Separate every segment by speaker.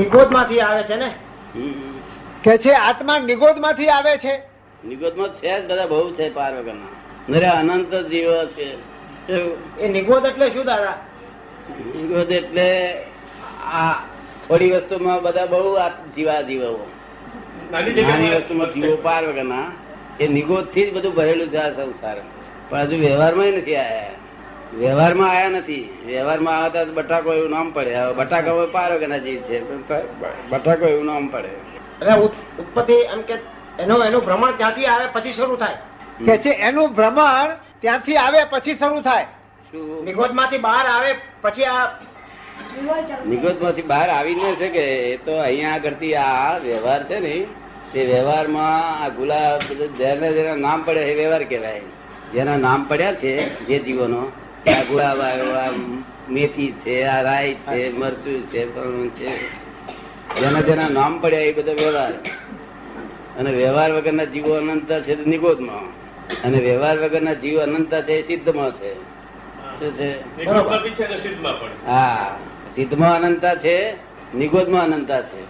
Speaker 1: નિગોદ માંથી આવે છે ને
Speaker 2: હમ.
Speaker 3: કે છે આત્મા નિગોદમાંથી આવે છે
Speaker 2: નિગોદમાં છે જ બધા બહુ છે પાર વગરના નરે અનંત જીવ છે કેવું?
Speaker 1: એ નિગોદ એટલે શું દાદા
Speaker 2: નિગોદ એટલે આ થોડી વસ્તુમાં બધા બહુ આ જીવા જીવો નાની વસ્તુમાં જીવો પાર વગરના એ નિગોદ થી જ બધું ભરેલું છે આ સંસાર પણ હજુ વ્યવહારમાં નથી આયા વ્યવહારમાં આયા નથી વ્યવહારમાં આવતા તો બટાકો એવું નામ પડે હવે બટાકા હવે પાર વગરના જીવ છે બટાકો એવું નામ પડે
Speaker 1: એટલે ઉત- ઉત્પત્તિ એમ કે એનો એનું ભ્રમણ ક્યાંથી આવે પછી શરૂ થાય
Speaker 3: કે છે એનું ભ્રમણ ત્યાંથી આવે પછી શરૂુ થાય
Speaker 2: શું
Speaker 1: નિગોદ માંથી બહાર આવે પછી આ
Speaker 2: નિગોદ માંથી બહાર આવી ન શકે એ તો અહીંયા આગળથી આ વ્યવહાર છે ને તે વ્યવહારમાં આ ગુલાબ બધું જેને જેના નામ પડે એ વ્યવહાર કહેવાય જેના નામ પડ્યા છે જે જીવોનો આ ગુલાબ આવ્યો આ મેથી છે આ રાઈ છે મરચું છે ફળનું છે જેના જેના નામ પડ્યા એ બધો વ્યવહાર અને વ્યવહાર વગરના જીવો અનંત છે તે નિગોદમાં અને વ્યવહાર વગરના જીવ અનંત છે એ સિદ્ધમાં છે શું છે
Speaker 1: બરોબર.
Speaker 2: હા સિદ્ધમાં અનંતા છે નિગોદમાં અનંતા છે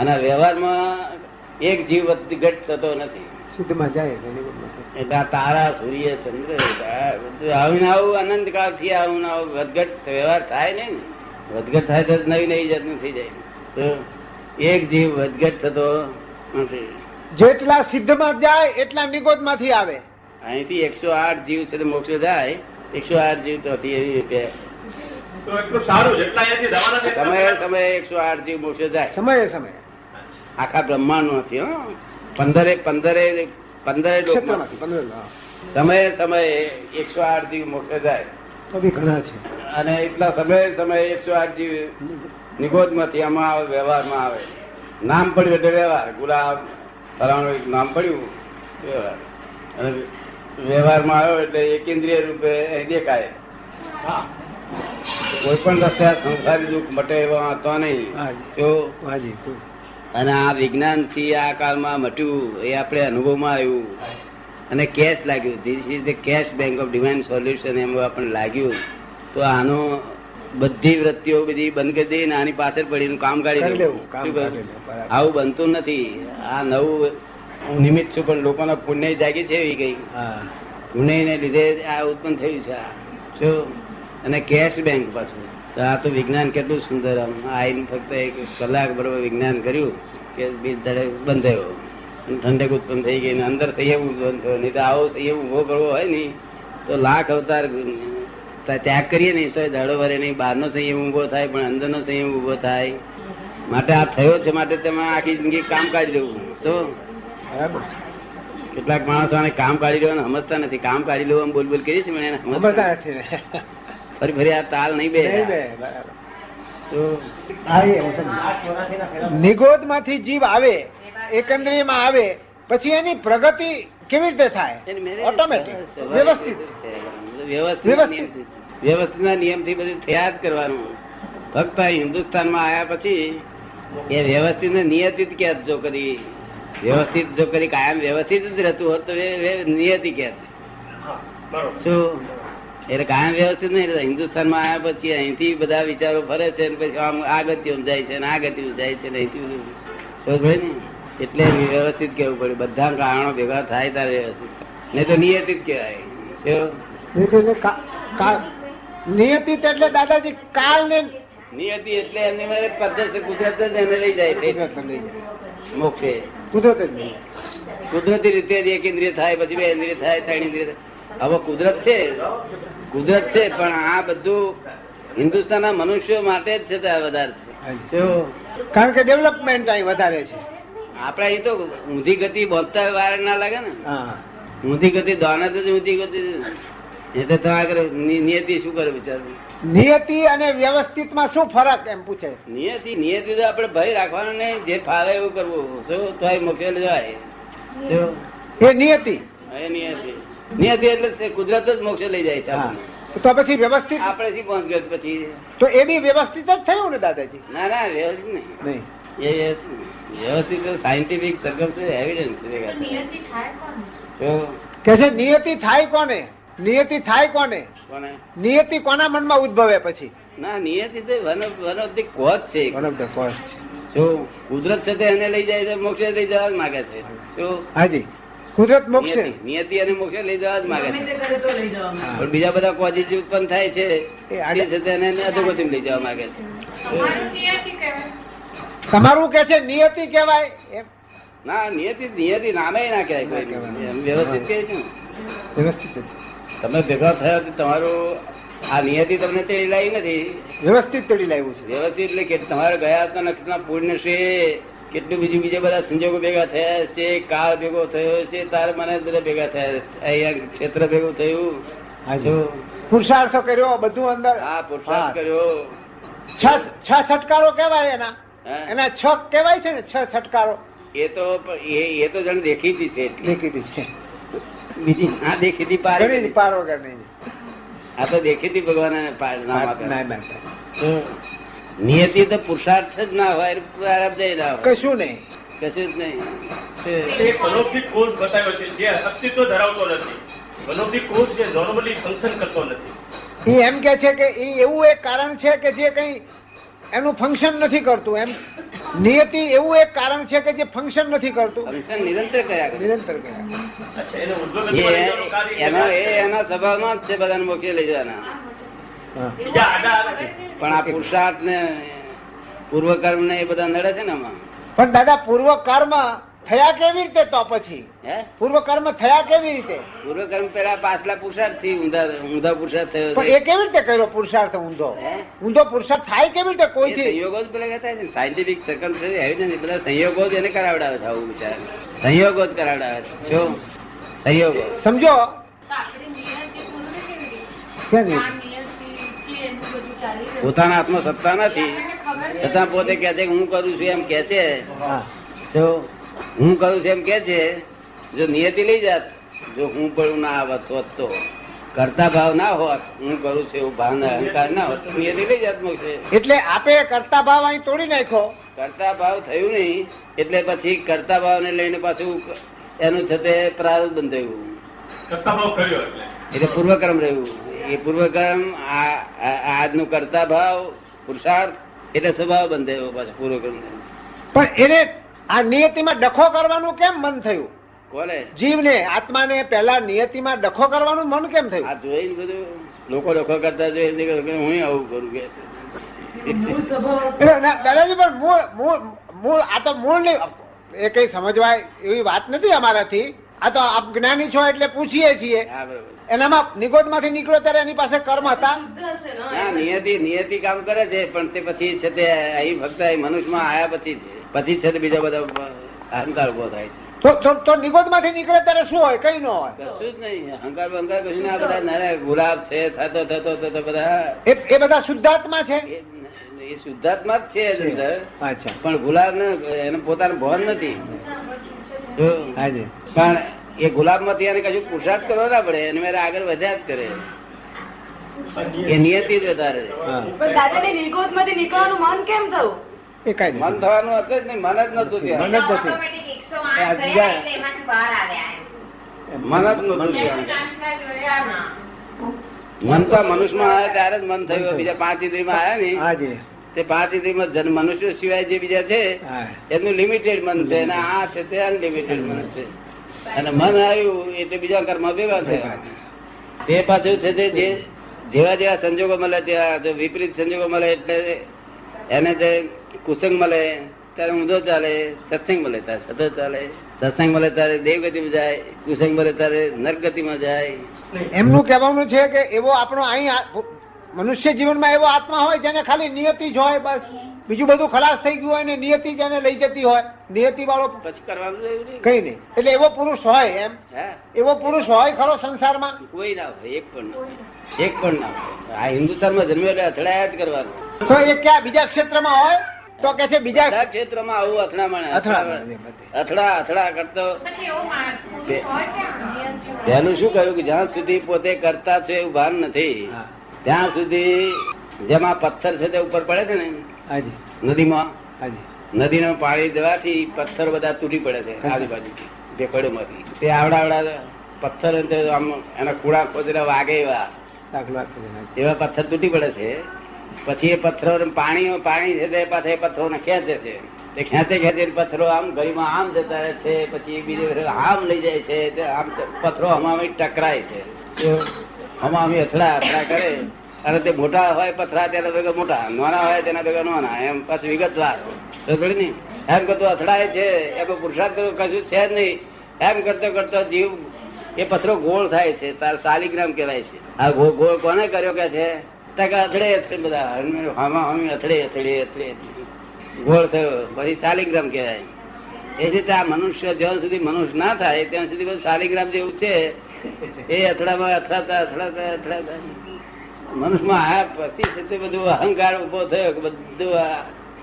Speaker 2: અને વ્યવહારમાં એક જીવ ઘટ થતો નથી
Speaker 3: શુદ્ધમાં જાય એટલે નિગોદમાંથી.
Speaker 2: એટલે આ તારા સૂર્ય ચંદ્ર આ બધું આવું ને આવું અનંતકાળ થી આવું ને આવું વધઘટ વ્યવહાર થાય નહીં ને વધઘટ થાય તો નવી નવી જાતનું થઈ જાય તો એક જીવ વધઘટ થતો નથી
Speaker 3: જેટલા સિદ્ધમાં જાય એટલા નિગોદમાંથી આવે
Speaker 2: અહીંથી એકસો આઠ જીવ છે તો મોક્ષ થાય એકસો આઠ જીવ તો હતી એવી રીતે
Speaker 4: તો એટલું સારું જેટલા અહીંયાથી જવાના છે
Speaker 2: સમયે
Speaker 4: એટલા
Speaker 2: સમયે એકસો આઠ જીવ મોક્ષ જાય
Speaker 3: સમયે સમયે
Speaker 2: આખા બ્રહ્માંડ નથી હો પંદરે પંદરે પંદરે
Speaker 3: ક્ષેત્રમાંથી
Speaker 2: લોકમાંથી.
Speaker 3: પંદર હા.
Speaker 2: સમયે સમયે એકસો આઠ જીવ મોક્ષે જાય
Speaker 3: તો બી ઘણા છે
Speaker 2: અને એટલા સમયે સમયે એકસો આઠ જીવ નિગોદ માંથી આમાં આવે વ્યવહારમાં આવે નામ પડ્યું એટલે વ્યવહાર ગુલાબ ફલાણું એક નામ પડ્યું વ્યવહાર અને વ્યવહારમાં આવ્યો એટલે એ કેન્દ્રીય રૂપે અહીં દેખાય
Speaker 1: હા.
Speaker 2: કોઈ પણ રસ્તે આ સંસારી દુઃખ મટે એવા વાંધો
Speaker 3: હા.
Speaker 2: નહીં જો
Speaker 3: હાજી
Speaker 2: અને આ વિજ્ઞાન થી આ કાળમાં મટ્યું એ આપણે અનુભવમાં આવ્યું અને કેશ લાગ્યું this is the cash bank of divine solution એમ આપણને લાગ્યું તો આનો બધી વૃત્તિઓ બધી બંધ કરી દઈને આની પાછળ પડીને કામ કાઢી
Speaker 3: કરી લેવું,
Speaker 2: લેવું
Speaker 3: કામ
Speaker 2: શું કહ્યું?
Speaker 3: કાઢી લેવું, બરાબર.
Speaker 2: આવું બનતું નથી આ નવું નિમિત્ત છું પણ લોકોના પુણ્ય જાગી છે એવી ગઈ
Speaker 3: હા
Speaker 2: ગુનેને લીધે આ ઉત્પન્ન થયું છે આ. શું અને કેશ બેંક પાછું તો આ તો વિજ્ઞાન કેટલું સુંદર આમ આઈને ફક્ત એક કલાક બરોબર વિજ્ઞાન કર્યું કે બીજ દાડે બંધ થયો અને ઠંડક ઉત્પન્ન થઈ ગઈ ને અંદર સંયમ ઉત્પન્ન થયો નહીં તો આવો સંયમ ઉભો કરવો હોય ને તો લાખ અવતાર ત- ત્યાગ કરીએ નહીં તો દાડો વરે નહીં બહારનો સંયમ ઉભો થાય પણ અંદરનો સંયમ ઉભો થાય માટે આ થયો છે માટે તેમાં આખી જિંદગી કામ કાઢી લેવું શું
Speaker 3: બરાબર છે
Speaker 2: કેટલાક માણસો આને કામ કાઢી લેવાનું સમજતા નથી કામ કાઢી લેવું એમ બોલ બોલ કરીએ છીએ પણ એને સમજતા
Speaker 3: સમજતા નથી ને.
Speaker 2: નથી. ફરી ફરી આ તાલ નહીં બે
Speaker 3: નહીં બે, બરાબર.
Speaker 2: તો
Speaker 1: આ ચોરાસીના ફેરા.
Speaker 3: નિગોદમાંથી જીવ આવે એકંદરીમાં આવે પછી એની પ્રગતિ કેવી રીતે થાય
Speaker 2: એની marriage
Speaker 3: ઓટોમેટિક
Speaker 2: સ્વાભાવિક
Speaker 3: વ્યવસ્થિત
Speaker 2: રીતે
Speaker 3: છે.
Speaker 2: છે. વ્યવસ્થિત
Speaker 3: વ્યવસ્થિત.
Speaker 2: નિયમથી. વ્યવસ્થિતના નિયમથી બધું થયા જ કરવાનું ફક્ત હિન્દુસ્તાનમાં આવ્યા પછી એ વ્યવસ્થિત ને નિયતિ જ કહેત જો કરી વ્યવસ્થિત જો કરી કાયમ વ્યવસ્થિત જ રહેતું હોત તો એ એ નિયતિ કહેત
Speaker 4: હા, બરોબર.
Speaker 2: શું એટલે કાયમ વ્યવસ્થિત નહીં રહેતા હિન્દુસ્તાનમાં આવ્યા પછી અહીંથી બધા વિચારો ફરે છે ને પછી આમ આ ગતિ જાય છે ને આ ગતિ જાય છે ને અહીંથી બધું. સમજ પડી ને એટલે વ્યવસ્થિત કહેવું પડે બધા કારણો ભેગા થાય ત્યારે વ્યવસ્થિત નહીં તો નિયતિ જ કહેવાય શું?
Speaker 3: એટલે કા- કા- નિયતિત એટલે દાદાજી કાલ ને
Speaker 2: નિયતિ એટલે એમની મારે પદ્ધતિ કુદરત જ એને લઈ જાય છે
Speaker 3: કુદરત લઈ જાય.
Speaker 2: મોક્ષે
Speaker 3: કુદરત જ લઈ જાય.
Speaker 2: કુદરતી રીતે જ એક ઇન્દ્રિય થાય પછી બે ઇન્દ્રિય થાય ત્રણ ઇન્દ્રિય થાય હવે કુદરત છે કુદરત છે પણ આ બધું હિન્દુસ્તાનના મનુષ્યો માટે જ છે તે આ વધારે છે
Speaker 3: હાજી.
Speaker 2: જો
Speaker 3: કારણ કે ડેવલપમેન્ટ અહીં વધારે છે
Speaker 2: આપણે અહીં તો ઊંધી ગતિ બોલતા વાર ના લાગે ને
Speaker 3: હા
Speaker 2: ઊંધી ગતિ દોને તો જ ઊંધી ગતિ એ તો તમે આગળ નિ- નિયતિ શું કરે બિચારું
Speaker 3: નિયતિ અને વ્યવસ્થિતમાં શું ફરક એમ પૂછે
Speaker 2: નિયતિ નિયતિ તો આપણે ભય રાખવાનો નહીં જે ફાવે એવું કરવું શું તો મુકેલ જાય શું?
Speaker 3: એ નિયતિ
Speaker 2: એ નિયતિ નિયતિ એટલે છે, કુદરત જ મોક્ષે લઈ જાય છે
Speaker 3: હા.
Speaker 2: આપણને.
Speaker 3: તો પછી વ્યવસ્થિત
Speaker 2: આપણે શી પહોંચ ગયો પછી
Speaker 3: તો એ બી વ્યવસ્થિત જ થયું ને દાદાજી
Speaker 2: ના ના વ્યવસ્થિત નહીં
Speaker 3: નહીં
Speaker 2: એ એ વ્યવસ્થિત સાયન્ટિફિક એવિડન્સ છે જો
Speaker 3: કે છે નિયતિ થાય કોને નિયતિ થાય કોને
Speaker 2: કોને
Speaker 3: નિયતિ કોના મનમાં ઉદ્ભવે પછી
Speaker 2: ના નિયતિ તો one of one of the cause છે
Speaker 3: વન ઓફ ધ કોસ્ટ
Speaker 2: શું કુદરત છે તે એને લઈ જાય છે મોક્ષે લઈ જવા જ માગે છે શું
Speaker 3: હાજી કુદરત મોક્ષે
Speaker 2: નિયતિ નિયતિ અને મોક્ષે લઈ જવા જ માગે
Speaker 5: ગમે
Speaker 2: છે
Speaker 5: તે કરે તો લઈ જવાનું
Speaker 3: હા.
Speaker 2: પણ બીજા બધા કોઝિસ જે ઉત્પન્ન થાય છે
Speaker 3: એ
Speaker 2: તે
Speaker 3: આડે-
Speaker 2: છે તેને એને અધોગતિમાં લઈ જવા માગે છે
Speaker 6: તમારું નિયતિ કહેવાય
Speaker 3: તમારું કે છે નિયતિ કહેવાય એમ
Speaker 2: ના નિયતિ નિયતિ નામે ના કહેવાય કોઈ એમ વ્યવસ્થિત કહે છે ને.
Speaker 3: વ્યવસ્થિત જ.
Speaker 2: તમે ભેગા થયા તો તમારું આ નિયતિ તમને તે લાવી નથી
Speaker 3: વ્યવસ્થિત તેડી લાવ્યું છે
Speaker 2: વ્યવસ્થિત એટલે કે તમારે ગયા હતા કેટલા પૂર્ણ છે કેટલું બીજું બીજા બધા સંજોગો ભેગા થયા છે કાળ ભેગો થયો છે તાર મને બધા ભેગા થયા અહીંયા ક્ષેત્ર ભેગું થયું
Speaker 3: હાજી પુરુષાર્થ કર્યો બધું અંદર
Speaker 2: આ પુરુષાર્થ કર્યો
Speaker 3: છ છ છટકારો કહેવાય એના
Speaker 2: હા?
Speaker 3: એના છ કહેવાય છે ને છ છટકારો
Speaker 2: એ તો પ- એ એ તો જણ દેખીતી છે એટલે.
Speaker 3: દેખીતી છે
Speaker 2: બીજી ના દેખીતી પાર
Speaker 3: ઘણી જ પાર વગર નહીં
Speaker 2: આ તો દેખીતી ભગવાન પાર નામ આપે
Speaker 3: ના, ના, ના.
Speaker 2: હમ. નિયતિ તો પુરુષાર્થ જ ના હોય પ્રારબ્ધ ના હોય
Speaker 3: કશું નહીં
Speaker 2: કશું જ નહીં
Speaker 6: છે.
Speaker 4: એક અનોખી કોર્સ બતાવ્યો છે જે અસ્તિત્વ ધરાવતો નથી અનોખી કોર્સ જે નોર્મલી ફંક્શન કરતો નથી
Speaker 3: એ એમ કે છે કે એ એવું એક કારણ છે કે જે કંઈ એનું ફંક્શન નથી કરતું એમ નિયતિ એવું એક કારણ છે કે જે ફંક્શન નથી કરતું
Speaker 2: ફંક્શન નિરંતર કર્યા કરે.
Speaker 3: નિરંતર કહેવાય.
Speaker 4: અચ્છા એને ઉદ્ભગત કરવાનું
Speaker 2: એ-
Speaker 4: કાર્ય
Speaker 2: એનો એ એના સ્વભાવમાં જ છે બધાને મોકલી લઈ જવાના
Speaker 3: હા.
Speaker 4: બીજા આડા આવે છે.
Speaker 2: પણ આ પુરુષાર્થ ને પૂર્વ કર્મ ને એ બધા નડે છે ને આમાં
Speaker 3: પણ દાદા પૂર્વ કર્મ થયા કેવી રીતે તો પછી
Speaker 2: હે
Speaker 3: પૂર્વ કર્મ થયા કેવી રીતે
Speaker 2: પૂર્વ કર્મ પેલા પાછલા પુરુષાર્થ થી ઊંધા ઊંધા પુરુષાર્થ થયો
Speaker 3: પણ એ
Speaker 2: છે
Speaker 3: કેવી રીતે કર્યો પુરુષાર્થ ઊંધો
Speaker 2: હે?
Speaker 3: ઊંધો પુરુષાર્થ થાય કેવી રીતે
Speaker 2: એ
Speaker 3: કોઈથી
Speaker 2: સંયોગો જ પેલા કહેતા છે સાયન્ટિફિક સર્કલ છે એવી નથી બધા સંયોગો જ એને કરાવડાવે છે આવું બિચારાને. સંયોગો જ કરાવડાવે છે જો સંયોગો
Speaker 3: સમજો
Speaker 6: તો આપણી નિયતિ પૂર્ણ કેવી રીતે?
Speaker 3: કેમ
Speaker 6: આ નિયતિ થી એનું બધું ચાલી રહ્યું
Speaker 2: પોતાના હાથમાં સત્તા
Speaker 6: છે.
Speaker 2: નથી
Speaker 6: આપણને ખબર છે.
Speaker 2: છતાં પોતે કહે છે કે હું કરું છું એમ કે છે
Speaker 3: હા.
Speaker 2: જો હું કરું છું એમ કે છે જો નિયતિ લઈ જાત જો હું પણ ના આવત હોત તો કરતા ભાવ ના હોત હું કરું છું એવું ભાવ ના અહંકાર ના હોત તો નિયતિ લઈ જાત મોક્ષે
Speaker 3: એટલે આપે કરતા ભાવ અહીં તોડી નાખ્યો
Speaker 2: કરતા ભાવ થયું નહીં એટલે પછી કરતા ભાવને લઈને પાછું એનું છે તે પ્રારંભ બંધાયું
Speaker 4: કસાબો કર્યો એટલે
Speaker 2: એટલે પૂર્વક્રમ રહ્યું એ પૂર્વક્રમ આ આ- આજનું કરતા ભાવ પુરુષાર્થ એટલે સ્વભાવ બંધાયો પાછો પૂર્વક્રમ
Speaker 3: પણ એને આ નિયતિમાં ડખો કરવાનું કેમ મન થયું
Speaker 2: કોને
Speaker 3: જીવને આત્માને પહેલા નિયતિમાં ડખો કરવાનું મન કેમ
Speaker 2: આ
Speaker 3: થયું
Speaker 2: જોઈને બધું લોકો ડખો કરતા જોઈને હું આવું કરું કે છે.
Speaker 5: મૂળ સ્વભાવ
Speaker 3: એટલે ના, દાદાજી પણ મૂળ મૂળ મૂળ આ તો મૂળ નહીં એ કઈ સમજવાય એવી વાત નથી અમારાથી આ તો આપ જ્ઞાની છો એટલે પૂછીએ છીએ
Speaker 2: હા, બરોબર.
Speaker 3: એનામાં નિગોદમાંથી નીકળ્યો ત્યારે એની પાસે કર્મ હતા
Speaker 5: શુદ્ધ હશે ને,
Speaker 2: ના
Speaker 5: એમ.
Speaker 2: નિયતિ નિયતિ કામ કરે છે પણ તે પછી છે તે અહીં ફક્ત અહીં મનુષ્યમાં આવ્યા પછી જ પછી જ છે તે બીજા બધા અહંકાર ઉભો થાય છે
Speaker 3: તો તો તો નિગોદમાંથી નીકળે ત્યારે શું હોય કઈ ન હોય
Speaker 2: કશું જ નહીં અહંકાર બંકાર કશું ના બધા નાના ગુલાબ છે થતો થતો થતો બધા
Speaker 3: એ એ બધા શુદ્ધાત્મા છે
Speaker 2: એ એ શુદ્ધાત્મા જ છે એની અંદર.
Speaker 3: અચ્છા
Speaker 2: પણ ગુલાબ ને એને પોતાનું ભાન નથી જો,
Speaker 3: હાજી
Speaker 2: પણ એ ગુલાબ માંથી એને કશું પુરુષાર્થ કરવો ના પડે એને મારે આગળ વધ્યા જ કરે એ નિયતિ જ વધારે છે.
Speaker 5: પણ દાદાને નિર્ગોદ માંથી નીકળવાનું મન કેમ થયું
Speaker 3: એ કઈ
Speaker 2: મન થવાનું હતું જ નહીં મન જ નતું ત્યાં
Speaker 3: મન જ નથી.
Speaker 6: ઓટોમેટિક 108
Speaker 2: આ
Speaker 6: થયા
Speaker 2: બીજા-
Speaker 6: એટલે એમાંથી બહાર આવ્યા એમ.
Speaker 2: મન જ નતું
Speaker 6: એનું
Speaker 2: ત્યાં
Speaker 6: જાણતા જોયા ના.
Speaker 2: મન તો મનુષ્યમાં આવે ત્યારે જ મન થયું બીજા પાંચ ઇન્દ્રિયમાં આવ્યા ને
Speaker 3: હાજી
Speaker 2: તે પાંચ ઇન્દ્રિયમાં જન મનુષ્ય સિવાય જે બીજા છે
Speaker 3: હા
Speaker 2: એમનું લિમિટેડ મન છે અને આ છે તે અનલિમિટેડ મન છે અને મન આવ્યું એટલે બીજા કર્મ ભેગા થયા તે પાછું છે તે જે જેવા જેવા સંજોગો મળે તેવા જો વિપરીત સંજોગો મળે એટલે એને જે કુસંગ મળે ત્યારે ઊંધો ચાલે સત્સંગ મળે ત્યારે સતો ચાલે સત્સંગ મળે ત્યારે દેવગતિમાં જાય કુસંગ મળે ત્યારે નરગતિમાં જાય
Speaker 3: એમનું કહેવાનું છે કે એવો આપણો અહીં આ- મનુષ્ય જીવનમાં એવો આત્મા હોય જેને ખાલી નિયતિ જ હોય બસ બીજું બધું ખલાસ થઈ ગયું હોય ને નિયતિ જ એને લઈ જતી હોય નિયતિ વાળો
Speaker 2: પછી કરવાનું રહ્યું નહીં.
Speaker 3: કઈ નહીં એટલે એવો પુરુષ હોય એમ
Speaker 2: હા
Speaker 3: એવો પુરુષ હોય ખરો સંસારમાં
Speaker 2: કોઈ ના હોય એક પણ ના હોય. એક પણ ના હોય. આ હિન્દુસ્તાનમાં જન્મ્યો એટલે અથડાયા જ કરવાનું
Speaker 3: તો એ ક્યાં બીજા ક્ષેત્રમાં હોય તો કે છે બીજા
Speaker 2: બધા ક્ષેત્રમાં આવું અથડામણ
Speaker 3: અથડામણ.
Speaker 2: અથડા અથડા કરતો
Speaker 6: પછી એવો માણસ પુરુષ
Speaker 2: બે-
Speaker 6: હોય કે આ નિયતિ હોય?
Speaker 2: પહેલું શું કહ્યું કે જ્યાં સુધી પોતે કરતા છે એવું ભાન નથી
Speaker 3: હા,
Speaker 2: ત્યાં સુધી જેમાં પથ્થર છે તે ઉપર પડે છે ને
Speaker 3: હાજી
Speaker 2: નદીમાં
Speaker 3: હાજી
Speaker 2: નદીનું પાણી જવાથી પથ્થર બધા તૂટી પડે છે આજુબાજુથી તે પડોમાંથી તે આવડા આવડા પથ્થર અને તે આમ એના કુડા ખોદેલા વાગે એવા
Speaker 3: દાખલો આપી દેજો.
Speaker 2: એવા પથ્થર તૂટી પડે છે પછી એ પથ્થરો પાણી પાણી છે તે પાછા એ પથ્થરોને ખેંચે છે તે ખેંચે ખેંચે પથ્થરો આમ ગળીમાં આમ જતા રહે છે પછી બીજે ફેરે આમ લઈ જાય છે તે આમ પથ્થરો હમામી ટકરાય છે તે હમામી અથડા અથડા કરે અને તે મોટા હોય પથરા તેના ભેગા મોટા નાના હોય તેના ભેગા નાના એમ પાછું વિગતવાર તો પડી ને એમ કરતો અથડાય છે એમાં પુરુષાર્થ કરવો કશું છે જ નહીં એમ કરતો કરતો જીવ એ પથરો ગોળ થાય છે તાર શાલિગ્રામ કહેવાય છે આ ગો- ગોળ કોને કર્યો કે છે ટકા અથડે અથડે બધા હરમેળ હામા હામી અથડે અથડે અથડે અથડે. ગોળ થયો પછી શાલિગ્રામ કહેવાય એ રીતે આ મનુષ્ય જ્યાં સુધી મનુષ્ય ના થાય ત્યાં સુધી બધું શાલિગ્રામ જેવું છે એ અથડામાં અથડાતા અથડાતા અથડાતા મનુષ્યમાં આ પછી છે તે બધું અહંકાર ઉભો થયો કે બધું આ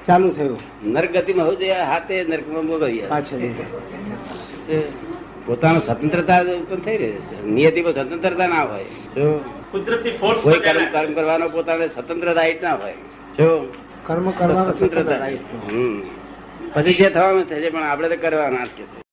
Speaker 3: ચાલુ થયું
Speaker 2: નરગતિમાં હોવું જોઈએ હાથે નરકમાં ભોગવીએ
Speaker 3: પાછળ
Speaker 2: પોતાનું સ્વતંત્રતા જ ઉત્પન્ન થઈ રહી છે નિયતિમાં સ્વતંત્રતા ના હોય જો
Speaker 4: કુદરતી ફોર્સ
Speaker 2: કોઈ કર્મ કર્મ કરવાનો પોતાને સ્વતંત્ર રાઈટ ના હોય જો
Speaker 3: કર્મ કરવાનું
Speaker 2: સ્વતંત્રતા
Speaker 3: right નો.
Speaker 2: હમ. પછી જે થવાનું થશે પણ આપણે તો કરવાના જ કે છે